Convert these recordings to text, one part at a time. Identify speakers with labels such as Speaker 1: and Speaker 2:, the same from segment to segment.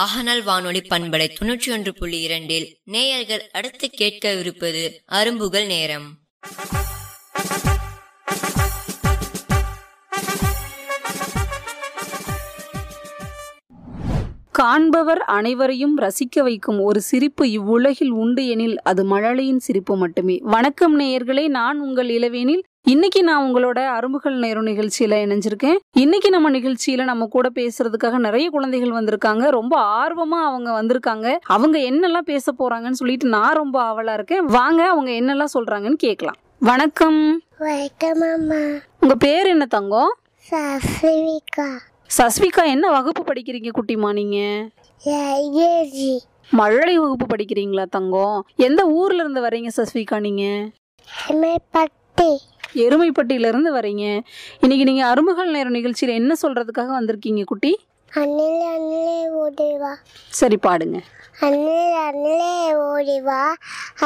Speaker 1: ஆஹனல் வானொலி பண்பலை தொன்னூற்றி ஒன்று புள்ளி இரண்டில் நேயர்கள் அடுத்து கேட்கவிருப்பது அரும்புகள் நேரம்
Speaker 2: காண்பவர் அனைவரையும் ரசிக்க வைக்கும் ஒரு சிரிப்பு இவ்வுலகில் உண்டு எனில் அது மழலையின் சிரிப்பு மட்டுமே வணக்கம் நேயர்களே நான் உங்கள் இளவேனில் இன்னைக்கு நான் உங்களோட அரும்புகள் நேரு நிகழ்ச்சியில இணைஞ்சிருக்கேன் இன்னைக்கு நம்ம நிகழ்ச்சியில நம்ம கூட பேசுறதுக்காக நிறைய குழந்தைகள் வந்திருக்காங்க ரொம்ப ஆர்வமா அவங்க வந்திருக்காங்க அவங்க என்னெல்லாம் பேச போறாங்கன்னு சொல்லிட்டு நான் ரொம்ப ஆவலா இருக்கேன் வாங்க அவங்க என்னெல்லாம் சொல்றாங்கன்னு கேட்கலாம் வணக்கம்
Speaker 3: வணக்கம் அம்மா
Speaker 2: உங்க பேர் என்ன தங்கம்
Speaker 3: சசிவிகா
Speaker 2: சஸ்விகா என்ன வகுப்பு படிக்கிறீங்க குட்டிமா நீங்க
Speaker 3: ஏஜி
Speaker 2: மழலை வகுப்பு படிக்கிறீங்களா தங்கம் எந்த ஊர்ல இருந்து வரீங்க சஸ்விகா நீங்க
Speaker 3: எம்ஏபட்டி
Speaker 2: எருமைப்பட்டியில இருந்து வரீங்க இன்னைக்கு நீங்க அருமகள் நேரம் நிகழ்ச்சியில என்ன சொல்றதுக்காக வந்திருக்கீங்க குட்டி
Speaker 3: அண்ணில் அண்ணிலே ஓடிவா
Speaker 2: சரி பாடுங்க
Speaker 3: அண்ணில் அண்ணிலே ஓடிவா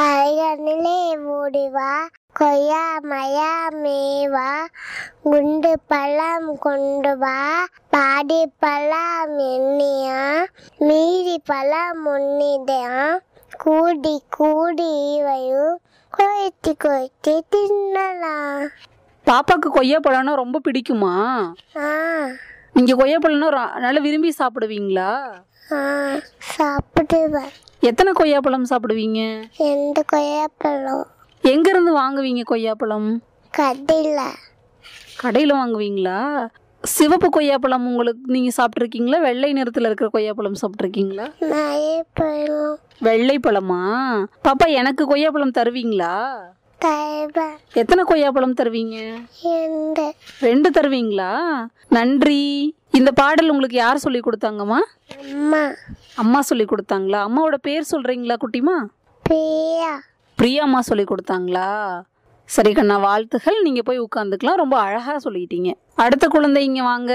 Speaker 3: அரை அண்ணிலே ஓடிவா கொய்யா மயா மேவா குண்டு பழம் கொண்டு வா பாடி பழம் எண்ணியா மீதி பழம் ஒன்னிதான் கூடி கூடி இவையும் கொய்த்தி கொய்த்தி தின்னலாம்
Speaker 2: பாப்பாக்கு கொய்யா பழம்னா ரொம்ப பிடிக்குமா
Speaker 3: ஆ
Speaker 2: நீங்க கொய்யா பழம்னா ரொ- நல்லா விரும்பி சாப்பிடுவீங்களா
Speaker 3: ஆ சாப்பிடுவேன்
Speaker 2: எத்தனை கொய்யா பழம் சாப்பிடுவீங்க
Speaker 3: எந்த கொய்யாப்பழம்
Speaker 2: எங்க இருந்து வாங்குவீங்க கொய்யா பழம்
Speaker 3: கடையில்
Speaker 2: கடையில வாங்குவீங்களா சிவப்பு கொய்யா பழம் உங்களுக்கு நீங்க சாப்பிட்ருக்கீங்களா வெள்ளை நிறத்துல இருக்கிற கொய்யா பழம் சாப்பிட்ருக்கீங்களா
Speaker 3: நிறைய பழம்
Speaker 2: வெள்ளை பழமா பாப்பா எனக்கு கொய்யாப்பழம் தருவீங்களா
Speaker 3: தருவேன்
Speaker 2: எத்தனை கொய்யாப்பழம் தருவீங்க
Speaker 3: எந்த
Speaker 2: ரெண்டு தருவீங்களா நன்றி இந்த பாடல் உங்களுக்கு யார் சொல்லி கொடுத்தாங்கம்மா
Speaker 3: அம்மா
Speaker 2: அம்மா சொல்லி கொடுத்தாங்களா அம்மாவோட பேர் சொல்றீங்களா குட்டிமா
Speaker 3: பிரியா
Speaker 2: பிரியாம்மா சொல்லி கொடுத்தாங்களா சரி கண்ணா வாழ்த்துகள் நீங்க போய் உட்காந்துக்கலாம் ரொம்ப அழகா சொல்லிட்டீங்க அடுத்த குழந்தைங்க வாங்க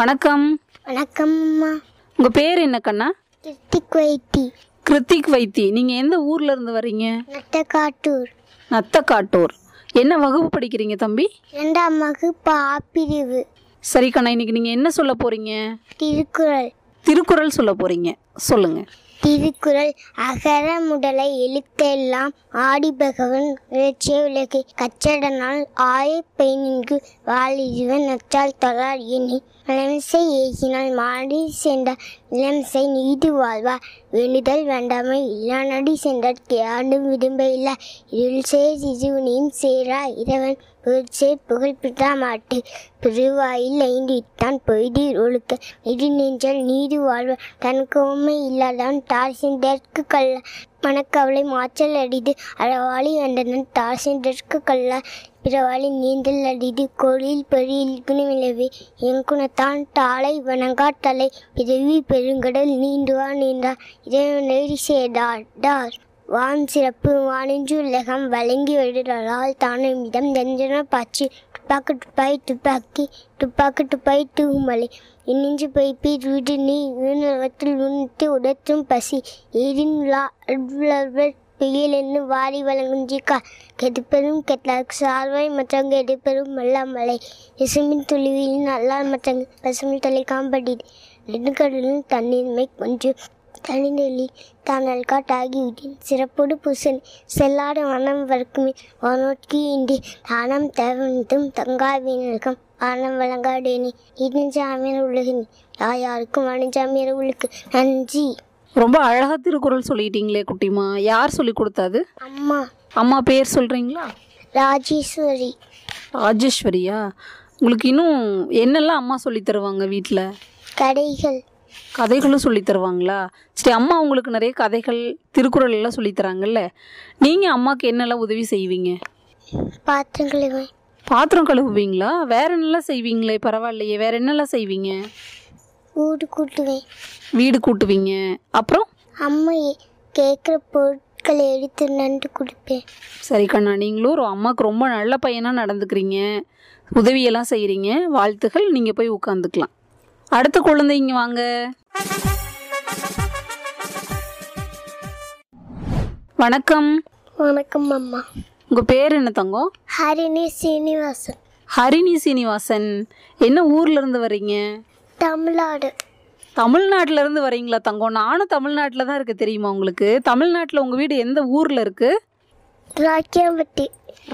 Speaker 2: வணக்கம்
Speaker 3: வணக்கம் அம்மா
Speaker 2: உங்க பேர் என்ன கண்ணா
Speaker 3: கிருத்திக் வைத்தி
Speaker 2: கிருத்திக் வைத்தி நீங்க எந்த ஊர்ல இருந்து வரீங்க
Speaker 3: நட்டக்காட்டூர்
Speaker 2: நத்தக்காட்டூர் என்ன வகுப்பு படிக்கிறீங்க தம்பி
Speaker 3: இரண்டாம் வகுப்பு ஆப்பிரிவு
Speaker 2: சரி கண்ணா இன்னைக்கு நீங்க என்ன சொல்ல போறீங்க
Speaker 3: திருக்குறள்
Speaker 2: திருக்குறள் சொல்ல போறீங்க சொல்லுங்க
Speaker 3: திருக்குறள் அகர முதலை எழுத்தெல்லாம் ஆடிபகவன் விளைச்சிய விளக்கு கச்சடனால் ஆய பெயினின்கு வாழிடுவன் நச்சால் தொழார் எண்ணி நிலமிசை ஏகினால் மாடி சென்றார் நிலமிசை நீதி வாழ்வார் வேண்டுதல் வேண்டாமை இல்லானடி சென்றார் கேடும் விரும்ப இல்லா இருள் சேர் சிறுவனையும் சேரா இறைவன் புகழ்ச்சே புகழ் பிட்டா மாட்டு பெருவாயில் ஐந்து இட்டான் பொய்தீர் ஒழுக்க நெடு நெஞ்சல் நீதி வாழ்வ தனக்கு உண்மை இல்லாதான் தார் சென்றற்கு கல்ல மனக்கவலை மாச்சல் அடிது அறவாளி அண்டனன் தார் சென்றற்கு கல்ல பிறவாளி நீந்தல் அடிது கோழியில் பெரிய இல்குணம் விளைவே என் குணத்தான் தாளை வணங்கா தலை பிறவி பெருங்கடல் நீண்டுவா நீண்டார் இறைவன் நெறி செய்தார் டார் வான் சிறப்பு வானின்று உலகம் வழங்கி வருடலால் தானும் இடம் தஞ்சன பாய்ச்சி துப்பாக்கு துப்பாய் துப்பாக்கி துப்பாக்கு துப்பாய் தூமலை இன்னின்று பைப்பி வீடு நீ வீணத்தில் உணர்த்து உடற்றும் பசி ஏரின் உலர்வர் பெயிலென்னு வாரி வழங்கும் ஜிக்கா கெடுப்பெரும் கெட்டார்க்கு சார்வாய் மற்றவங்க எடுப்பெரும் மல்லாமலை இசுமின் துளிவியின் அல்லால் மற்றங்க பசுமை தலை காம்படி நெடுங்கடலின் தண்ணீர்மை கொஞ்சம் தனிநெல்லி தானல் காட்டாகி விட்டேன் சிறப்போடு பூசன் செல்லாடு வனம் வர்க்குமே வானோட்கி இன்றி தானம் தேவனும் தங்காவினருக்கும் ஆனம் வழங்காடேனே இடிஞ்சாமியர் உலகினி யாருக்கும் அணிஞ்சாமியர் உலகு நன்றி
Speaker 2: ரொம்ப அழகா திருக்குறள் சொல்லிட்டீங்களே குட்டிமா யார் சொல்லி கொடுத்தாது
Speaker 3: அம்மா
Speaker 2: அம்மா பேர் சொல்றீங்களா
Speaker 3: ராஜேஸ்வரி
Speaker 2: ராஜேஸ்வரியா உங்களுக்கு இன்னும் என்னெல்லாம் அம்மா சொல்லி தருவாங்க வீட்டில்
Speaker 3: கடைகள்
Speaker 2: கதைகளும் சொல்லி தருவாங்களா சரி அம்மா உங்களுக்கு நிறைய கதைகள் திருக்குறள் எல்லாம் சொல்லி தராங்கல்ல நீங்க அம்மாக்கு என்னெல்லாம் உதவி செய்வீங்க
Speaker 3: பாத்திரம் கழுவை
Speaker 2: பாத்திரம் கழுவுவீங்களா வேற என்னெல்லாம் செய்வீங்களே பரவாயில்லையே வேற என்னெல்லாம் செய்வீங்க
Speaker 3: ஊடு கூட்டுவேன்
Speaker 2: வீடு கூட்டுவீங்க அப்புறம்
Speaker 3: அம்மா கேட்குற பொருட்களை எடுத்து நண்டு கொடுப்பேன்
Speaker 2: சரி கண்ணா நீங்களும் ஒரு அம்மாவுக்கு ரொம்ப நல்ல பையனாக நடந்துக்கிறீங்க உதவியெல்லாம் செய்கிறீங்க வாழ்த்துகள் நீங்கள் போய் உட்காந்துக்கலாம் அடுத்த குழந்தைங்க வாங்க வணக்கம்
Speaker 3: வணக்கம் அம்மா
Speaker 2: உங்கள் பேர் என்ன தங்கம்
Speaker 3: ஹரிணி சீனிவாசன்
Speaker 2: ஹரிணி சீனிவாசன் என்ன ஊர்ல இருந்து வர்றீங்க
Speaker 3: தமிழ்நாடு
Speaker 2: தமிழ்நாட்டுல இருந்து வரீங்களா தங்கம் நானும் தமிழ்நாட்டில் தான் இருக்கு தெரியுமா உங்களுக்கு தமிழ்நாட்டில் உங்க வீடு எந்த ஊர்ல இருக்கு
Speaker 3: ராக்கியாம்பட்டி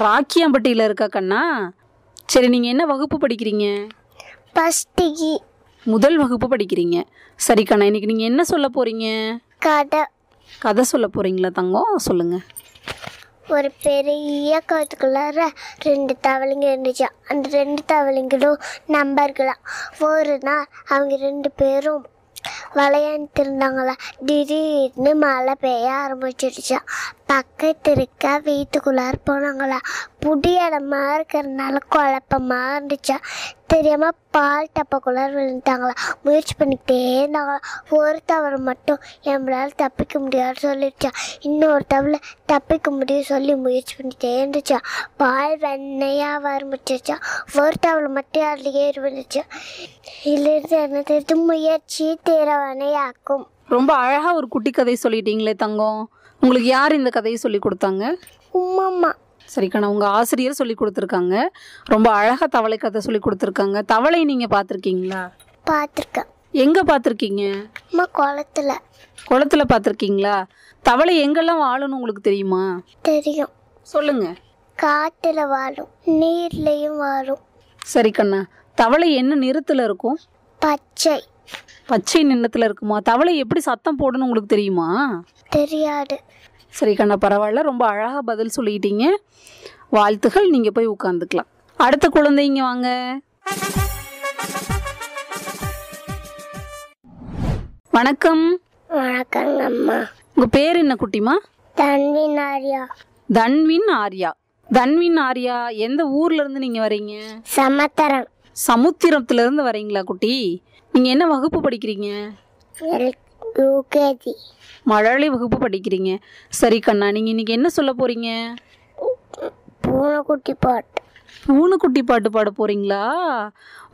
Speaker 2: ராக்கியாம்பட்டியில இருக்கா கண்ணா சரி நீங்க என்ன வகுப்பு படிக்கிறீங்க
Speaker 3: பஸ்டிகி
Speaker 2: முதல் வகுப்பு படிக்கிறீங்க சரி கண்ணா இன்னைக்கு நீங்க என்ன சொல்ல போறீங்க
Speaker 3: கடை
Speaker 2: கதை சொல்ல போறீங்களா தங்கம் சொல்லுங்க
Speaker 3: ஒரு பெரிய காட்டுக்குள்ளார ரெண்டு தவளைங்க இருந்துச்சு அந்த ரெண்டு தவளைங்களும் நம்பர்களாம் ஒரு நாள் அவங்க ரெண்டு பேரும் விளையாண்டுட்டு இருந்தாங்களா திடீர்னு மழை பெய்ய ஆரம்பிச்சிடுச்சாம் பக்கத்து இருக்க வீட்டுக்குள்ளார போனாங்களா புடி இடமா இருக்கிறதுனால குழப்பமா இருந்துச்சா தெரியாம பால் டப்பாக்குள்ளார விழுந்துட்டாங்களா முயற்சி பண்ணிக்கிட்டே இருந்தாங்களா ஒரு தவறு மட்டும் நம்மளால தப்பிக்க முடியாதுன்னு சொல்லிடுச்சா இன்னொரு தவளை தப்பிக்க முடியும் சொல்லி முயற்சி பண்ணிட்டே இருந்துச்சா பால் வெண்ணையாக ஆரம்பிச்சிருச்சா ஒரு தவளை மட்டும் அதுலேயே இருந்துச்சா இதிலிருந்து என்ன தெரியுது முயற்சி தீரவனையாக்கும்
Speaker 2: ரொம்ப அழகா ஒரு குட்டி கதை சொல்லிட்டீங்களே தங்கம் உங்களுக்கு யார் இந்த கதையை சொல்லி கொடுத்தாங்க
Speaker 3: உம்மம்மா
Speaker 2: சரி கண்ணா உங்க ஆசிரியர் சொல்லி கொடுத்துருக்காங்க ரொம்ப அழகா தவளை கதை சொல்லி கொடுத்துருக்காங்க தவளை நீங்க பார்த்துருக்கீங்களா
Speaker 3: பார்த்துருக்கேன்
Speaker 2: எங்க பார்த்துருக்கீங்க
Speaker 3: அம்மா குளத்துல
Speaker 2: குளத்துல பார்த்துருக்கீங்களா தவளை எங்கெல்லாம் வாழும்னு உங்களுக்கு தெரியுமா
Speaker 3: தெரியும்
Speaker 2: சொல்லுங்க
Speaker 3: காட்டுல வாழும் நீர்லயும் வாழும்
Speaker 2: சரி கண்ணா தவளை என்ன நிறத்துல இருக்கும்
Speaker 3: பச்சை
Speaker 2: பச்சை நிறத்துல இருக்குமா தவளை எப்படி சத்தம் போடுன்னு உங்களுக்கு தெரியுமா
Speaker 3: தெரியாது
Speaker 2: சரி கண்ணா பரவாயில்ல ரொம்ப அழகாக பதில் சொல்லிட்டீங்க வாழ்த்துகள் நீங்கள் போய் உட்காந்துக்கலாம் அடுத்த குழந்தைங்க வாங்க வணக்கம்
Speaker 3: வணக்கங்க அம்மா
Speaker 2: உங்கள் பேர் என்ன குட்டிமா
Speaker 3: தன்வி நாரியா
Speaker 2: தன்வின் ஆர்யா தன்வின் ஆர்யா எந்த ஊர்ல இருந்து நீங்கள் வரீங்க
Speaker 3: சமத்தரம்
Speaker 2: சமுத்திரத்துல இருந்து வரீங்களா குட்டி நீங்கள் என்ன வகுப்பு படிக்கிறீங்க
Speaker 3: யூகேஜி
Speaker 2: மழலை வகுப்பு படிக்கிறீங்க சரி கண்ணா நீங்கள் இன்னைக்கு என்ன சொல்ல போகிறீங்க
Speaker 3: பூனைக்குட்டி பாட்டு
Speaker 2: பூனைக்குட்டி பாட்டு பாட போறீங்களா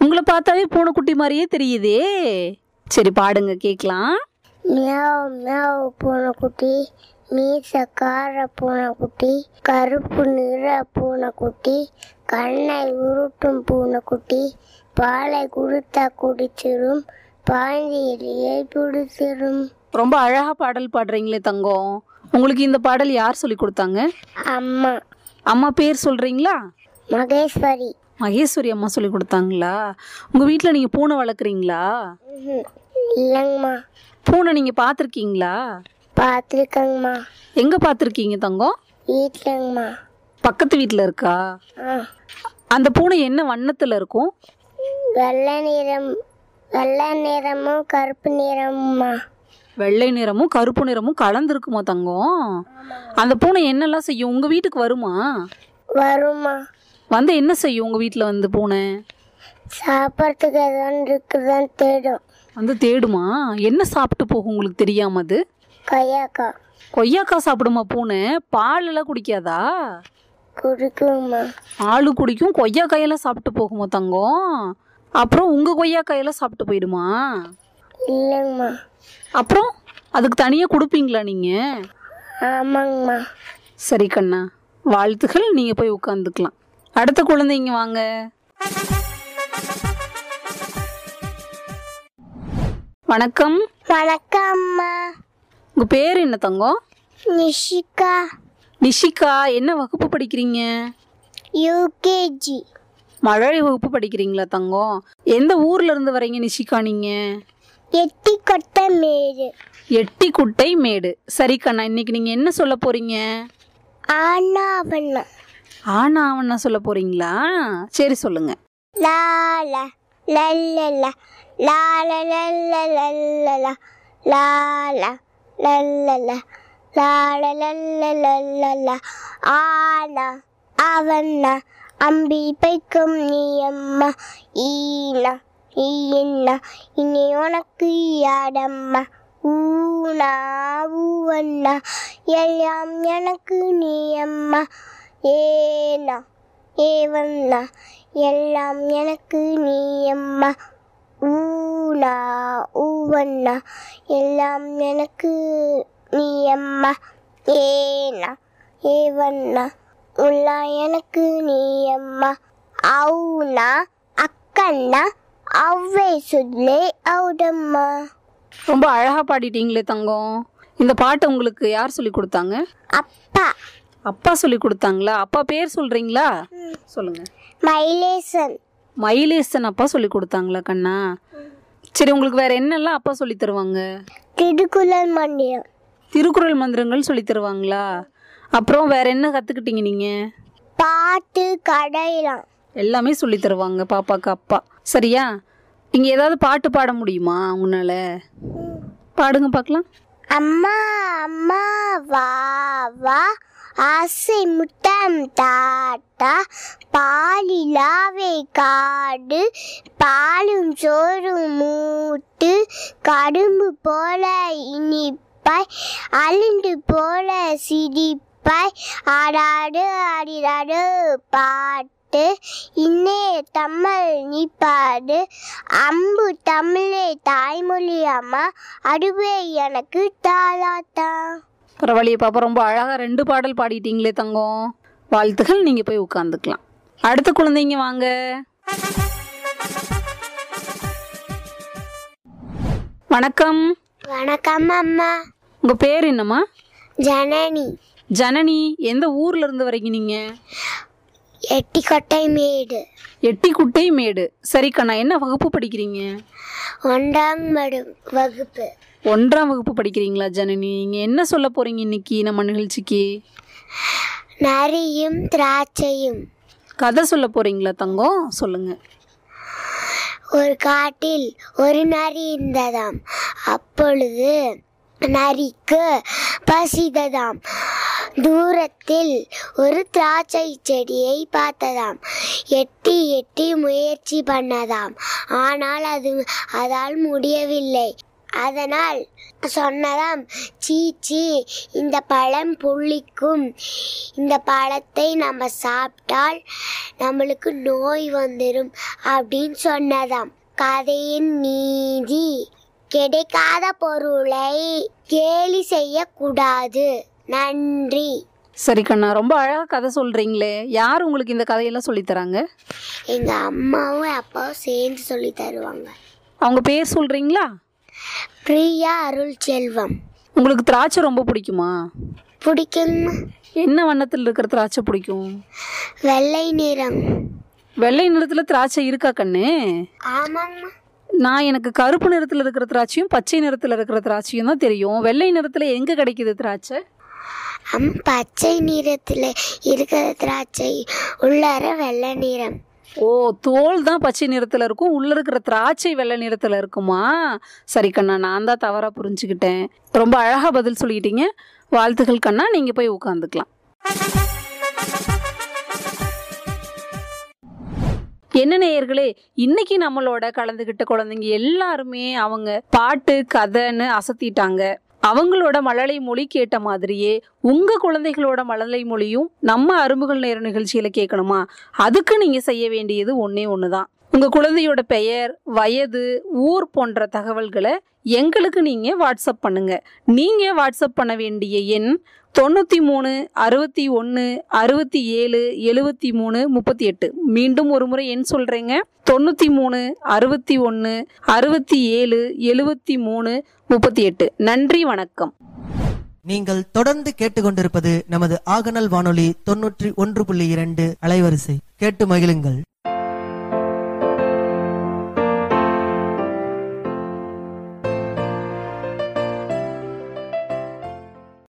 Speaker 2: உங்களை பார்த்தாவே பூனைக்குட்டி மாதிரியே தெரியுதே சரி பாடுங்க கேட்கலாம்
Speaker 3: மியாவ் மியாவ் பூனைக்குட்டி மீசக்கார பூனைக்குட்டி கருப்பு நிற பூனைக்குட்டி கண்ணை உருட்டும் பூனைக்குட்டி பாலை குடுத்தா குடிச்சிரும் பாஞ்சியிலேயே பிடிச்சிரும்
Speaker 2: ரொம்ப அழகா பாடல் பாடுறீங்களே தங்கம் உங்களுக்கு இந்த பாடல் யார் சொல்லி கொடுத்தாங்க
Speaker 3: அம்மா
Speaker 2: அம்மா பேர் சொல்றீங்களா
Speaker 3: மகேஸ்வரி
Speaker 2: மகேஸ்வரி அம்மா சொல்லி கொடுத்தாங்களா உங்க வீட்டில் நீங்க பூனை வளர்க்குறீங்களா
Speaker 3: ம்ஹும். இல்லைங்கம்மா
Speaker 2: பூனை நீங்க பார்த்துருக்கீங்களா
Speaker 3: பார்த்துருக்கங்கம்மா
Speaker 2: எங்க பார்த்துருக்கீங்க தங்கம்
Speaker 3: வீட்டிலங்கம்மா
Speaker 2: பக்கத்து வீட்டில் இருக்கா
Speaker 3: ஆ
Speaker 2: அந்த பூனை என்ன வண்ணத்துல இருக்கும்
Speaker 3: வெள்ளை நிறம் வெள்ளை நிறமும் கருப்பு நிறமும்மா
Speaker 2: வெள்ளை நிறமும் கருப்பு நிறமும் கலந்துருக்குமா தங்கம் அந்த பூனை என்னெல்லாம் செய்யும் உங்க வீட்டுக்கு வருமா
Speaker 3: வருமா
Speaker 2: வந்து என்ன செய்யும் உங்க வீட்டில் வந்து பூனை
Speaker 3: சாப்பிட்றதுக்கு எதாவது இருக்குதான்னு தேடும்
Speaker 2: வந்து தேடுமா என்ன சாப்பிட்டு போகும் உங்களுக்கு தெரியாம அது
Speaker 3: கொய்யாக்கா
Speaker 2: கொய்யாக்காய் சாப்பிடுமா பூனை பால் எல்லாம் குடிக்காதா
Speaker 3: குடிக்குமா
Speaker 2: ஆளு குடிக்கும் கொய்யாக்காயெல்லாம் சாப்பிட்டு போகுமா தங்கம் அப்புறம் உங்க கொய்யாக்காயெல்லாம் சாப்பிட்டு போயிடுமா
Speaker 3: இல்லைங்கம்மா
Speaker 2: அப்புறம் அதுக்கு தனியாக கொடுப்பீங்களா நீங்க
Speaker 3: ஆமாங்கம்மா
Speaker 2: சரி கண்ணா வாழ்த்துகள் நீங்க போய் உட்காந்துக்கலாம் அடுத்த குழந்தைங்க வாங்க வணக்கம்
Speaker 3: வணக்கம் அம்மா
Speaker 2: உங்க பேர் என்ன தங்கம்
Speaker 3: நிஷிகா
Speaker 2: நிஷிகா என்ன வகுப்பு படிக்கிறீங்க
Speaker 3: யூகேஜி
Speaker 2: மழலை வகுப்பு படிக்கிறீங்களா தங்கம் எந்த ஊர்ல இருந்து வரீங்க நிஷிகா நீங்க
Speaker 3: எட்டி கொட்ட மேடு
Speaker 2: எட்டிக்குட்டை மேடு சரி கண்ணா இன்னைக்கு நீங்க என்ன சொல்ல போறீங்க
Speaker 3: ஆனா பண்ணா
Speaker 2: ஆனா அவனா சொல்ல போறீங்களா சரி சொல்லுங்க
Speaker 3: லால லல்லல லால லல்லல லால லல்லல லால லல்லல ஆனா அவண்ணா அம்பி பைக்கும் நீ அம்மா ஈனா ஈயண்ணா இனி உனக்கு யாடம்மா ஊனா ஊவண்ணா எல்லாம் எனக்கு நீ அம்மா ஏனா ஏவண்ணா எல்லாம் எனக்கு நீ அம்மா ஊனா ஊவண்ணா எல்லாம் எனக்கு நீ அம்மா ஏனா ஏவண்ணா உள்ளா எனக்கு நீ அம்மா అవున అక్కన్న అవ్వేసులే అవుడమ్మా
Speaker 2: ரொம்ப அழகா பாடிட்டீங்களே தங்கம் இந்த பாட்டை உங்களுக்கு யார் சொல்லி கொடுத்தாங்க
Speaker 3: అప్ప
Speaker 2: அப்பா சொல்லி கொடுத்தாங்களா அப்பா பேர் சொல்றீங்களா சொல்லுங்க
Speaker 3: మైలేసన్
Speaker 2: மயிலேசன் அப்பா சொல்லி கொடுத்தாங்களா கண்ணா சரி உங்களுக்கு வேற என்னெல்லாம் அப்பா சொல்லி தருவாங்க
Speaker 3: తిరుకుల మందిరం
Speaker 2: திருக்குறள் மந்திரங்கள் சொல்லி தருவாங்களா அப்புறம் வேற என்ன கத்துக்கிட்டீங்க நீங்க
Speaker 3: பாட்டு கடையிலாம்
Speaker 2: எல்லாமே சொல்லி தருவாங்க பாப்பாக்கு அப்பா சரியா நீங்க ஏதாவது பாட்டு பாட முடியுமா உங்களால பாடுங்க பார்க்கலாம்
Speaker 3: அம்மா அம்மா வா வா ஆசை முட்டம் தாத்தா பாலிலாவே காடு பாலும் சோறும் மூட்டு கடும்பு போல இனிப்பாய் அழுண்டு போல சிரிப்பாய் ஆடாடு ஆடிடாடு பாட்டு இன்னே தமிழ் நீ பாடு அம்பு தமிழே தாய்மொழி அம்மா அடுவே எனக்கு தாளாத்தா
Speaker 2: பரவாயில்லையே பாப்பா ரொம்ப அழகா ரெண்டு பாடல் பாடிட்டீங்களே தங்கம் வாழ்த்துகள் நீங்க போய் உட்காந்துக்கலாம் அடுத்த குழந்தைங்க வாங்க வணக்கம்
Speaker 3: வணக்கம் அம்மா
Speaker 2: உங்க பேர் என்னம்மா
Speaker 3: ஜனனி
Speaker 2: ஜனனி எந்த ஊர்ல இருந்து வரீங்க நீங்க
Speaker 3: எட்டிக்கொட்டை மேடு
Speaker 2: எட்டிக்குட்டை மேடு சரி கண்ணா என்ன வகுப்பு படிக்கிறீங்க
Speaker 3: ஒன்றாம் மடு வகுப்பு
Speaker 2: ஒன்றாம் வகுப்பு படிக்கிறீங்களா ஜனனி நீங்க என்ன சொல்ல போறீங்க இன்னைக்கு நம்ம நிகழ்ச்சிக்கு
Speaker 3: நரியும் திராட்சையும்
Speaker 2: கதை சொல்ல போறீங்களா தங்கம் சொல்லுங்க
Speaker 3: ஒரு காட்டில் ஒரு நரி இருந்ததாம் அப்பொழுது நரிக்கு பசித்ததாம் தூரத்தில் ஒரு திராட்சை செடியை பார்த்ததாம் எட்டி எட்டி முயற்சி பண்ணதாம் ஆனால் அது அதால் முடியவில்லை அதனால் சொன்னதாம் சீச்சி இந்த பழம் புளிக்கும் இந்த பழத்தை நம்ம சாப்பிட்டால் நம்மளுக்கு நோய் வந்துடும் அப்படின்னு சொன்னதாம் கதையின் நீதி கிடைக்காத பொருளை கேலி செய்யக்கூடாது நன்றி
Speaker 2: சரி கண்ணா ரொம்ப அழகா கதை சொல்றீங்களே யார் உங்களுக்கு இந்த கதையெல்லாம் சொல்லித் தராங்க
Speaker 3: எங்க அம்மாவும் அப்பாவும் சேர்ந்து சொல்லி தருவாங்க
Speaker 2: அவங்க பேர் சொல்றீங்களா
Speaker 3: பிரியா அருள் செல்வம்
Speaker 2: உங்களுக்கு திராட்சை ரொம்ப பிடிக்குமா
Speaker 3: பிடிக்குமா
Speaker 2: என்ன வண்ணத்தில் இருக்கிற திராட்சை பிடிக்கும்
Speaker 3: வெள்ளை நிறம்
Speaker 2: வெள்ளை நிறத்துல திராட்சை இருக்கா கண்ணு
Speaker 3: ஆமாங்கம்மா
Speaker 2: நான் எனக்கு கருப்பு நிறத்துல இருக்கிற திராட்சையும் பச்சை நிறத்துல இருக்கிற திராட்சையும் தான் தெரியும் வெள்ளை நிறத்துல எங்க கிடைக்குது திராட்சை
Speaker 3: அம் பச்சை நிறத்தில் இருக்கிற திராட்சை உள்ளார வெள்ளை நிறம்
Speaker 2: ஓ தோல் தான் பச்சை நிறத்துல இருக்கும் உள்ள இருக்கிற திராட்சை வெள்ளை நிறத்துல இருக்குமா சரி கண்ணா நான் தான் தவறா புரிஞ்சுக்கிட்டேன் ரொம்ப அழகா பதில் சொல்லிட்டீங்க வாழ்த்துக்கள் கண்ணா நீங்க போய் உட்காந்துக்கலாம் என்ன நேயர்களே இன்னைக்கு நம்மளோட கலந்துகிட்ட குழந்தைங்க எல்லாருமே அவங்க பாட்டு கதைன்னு அசத்திட்டாங்க அவங்களோட மழலை மொழி கேட்ட மாதிரியே உங்க குழந்தைகளோட மழலை மொழியும் நம்ம அரும்புகள் நேர நிகழ்ச்சியில கேட்கணுமா அதுக்கு நீங்க செய்ய வேண்டியது ஒண்ணே ஒண்ணுதான் உங்க குழந்தையோட பெயர் வயது ஊர் போன்ற தகவல்களை எங்களுக்கு நீங்க வாட்ஸ்அப் பண்ணுங்க நீங்க வாட்ஸ்அப் பண்ண வேண்டிய எண் தொண்ணூற்றி மூணு அறுபத்தி ஒன்று அறுபத்தி ஏழு எழுபத்தி மூணு முப்பத்தி எட்டு மீண்டும் ஒரு முறை எண் சொல்கிறேங்க தொண்ணூற்றி மூணு அறுபத்தி ஒன்று அறுபத்தி ஏழு எழுபத்தி மூணு முப்பத்தி எட்டு நன்றி வணக்கம்
Speaker 4: நீங்கள் தொடர்ந்து கேட்டுக்கொண்டிருப்பது நமது ஆகனல் வானொலி தொன்னூற்றி ஒன்று புள்ளி இரண்டு அலைவரிசை கேட்டு மகிழுங்கள்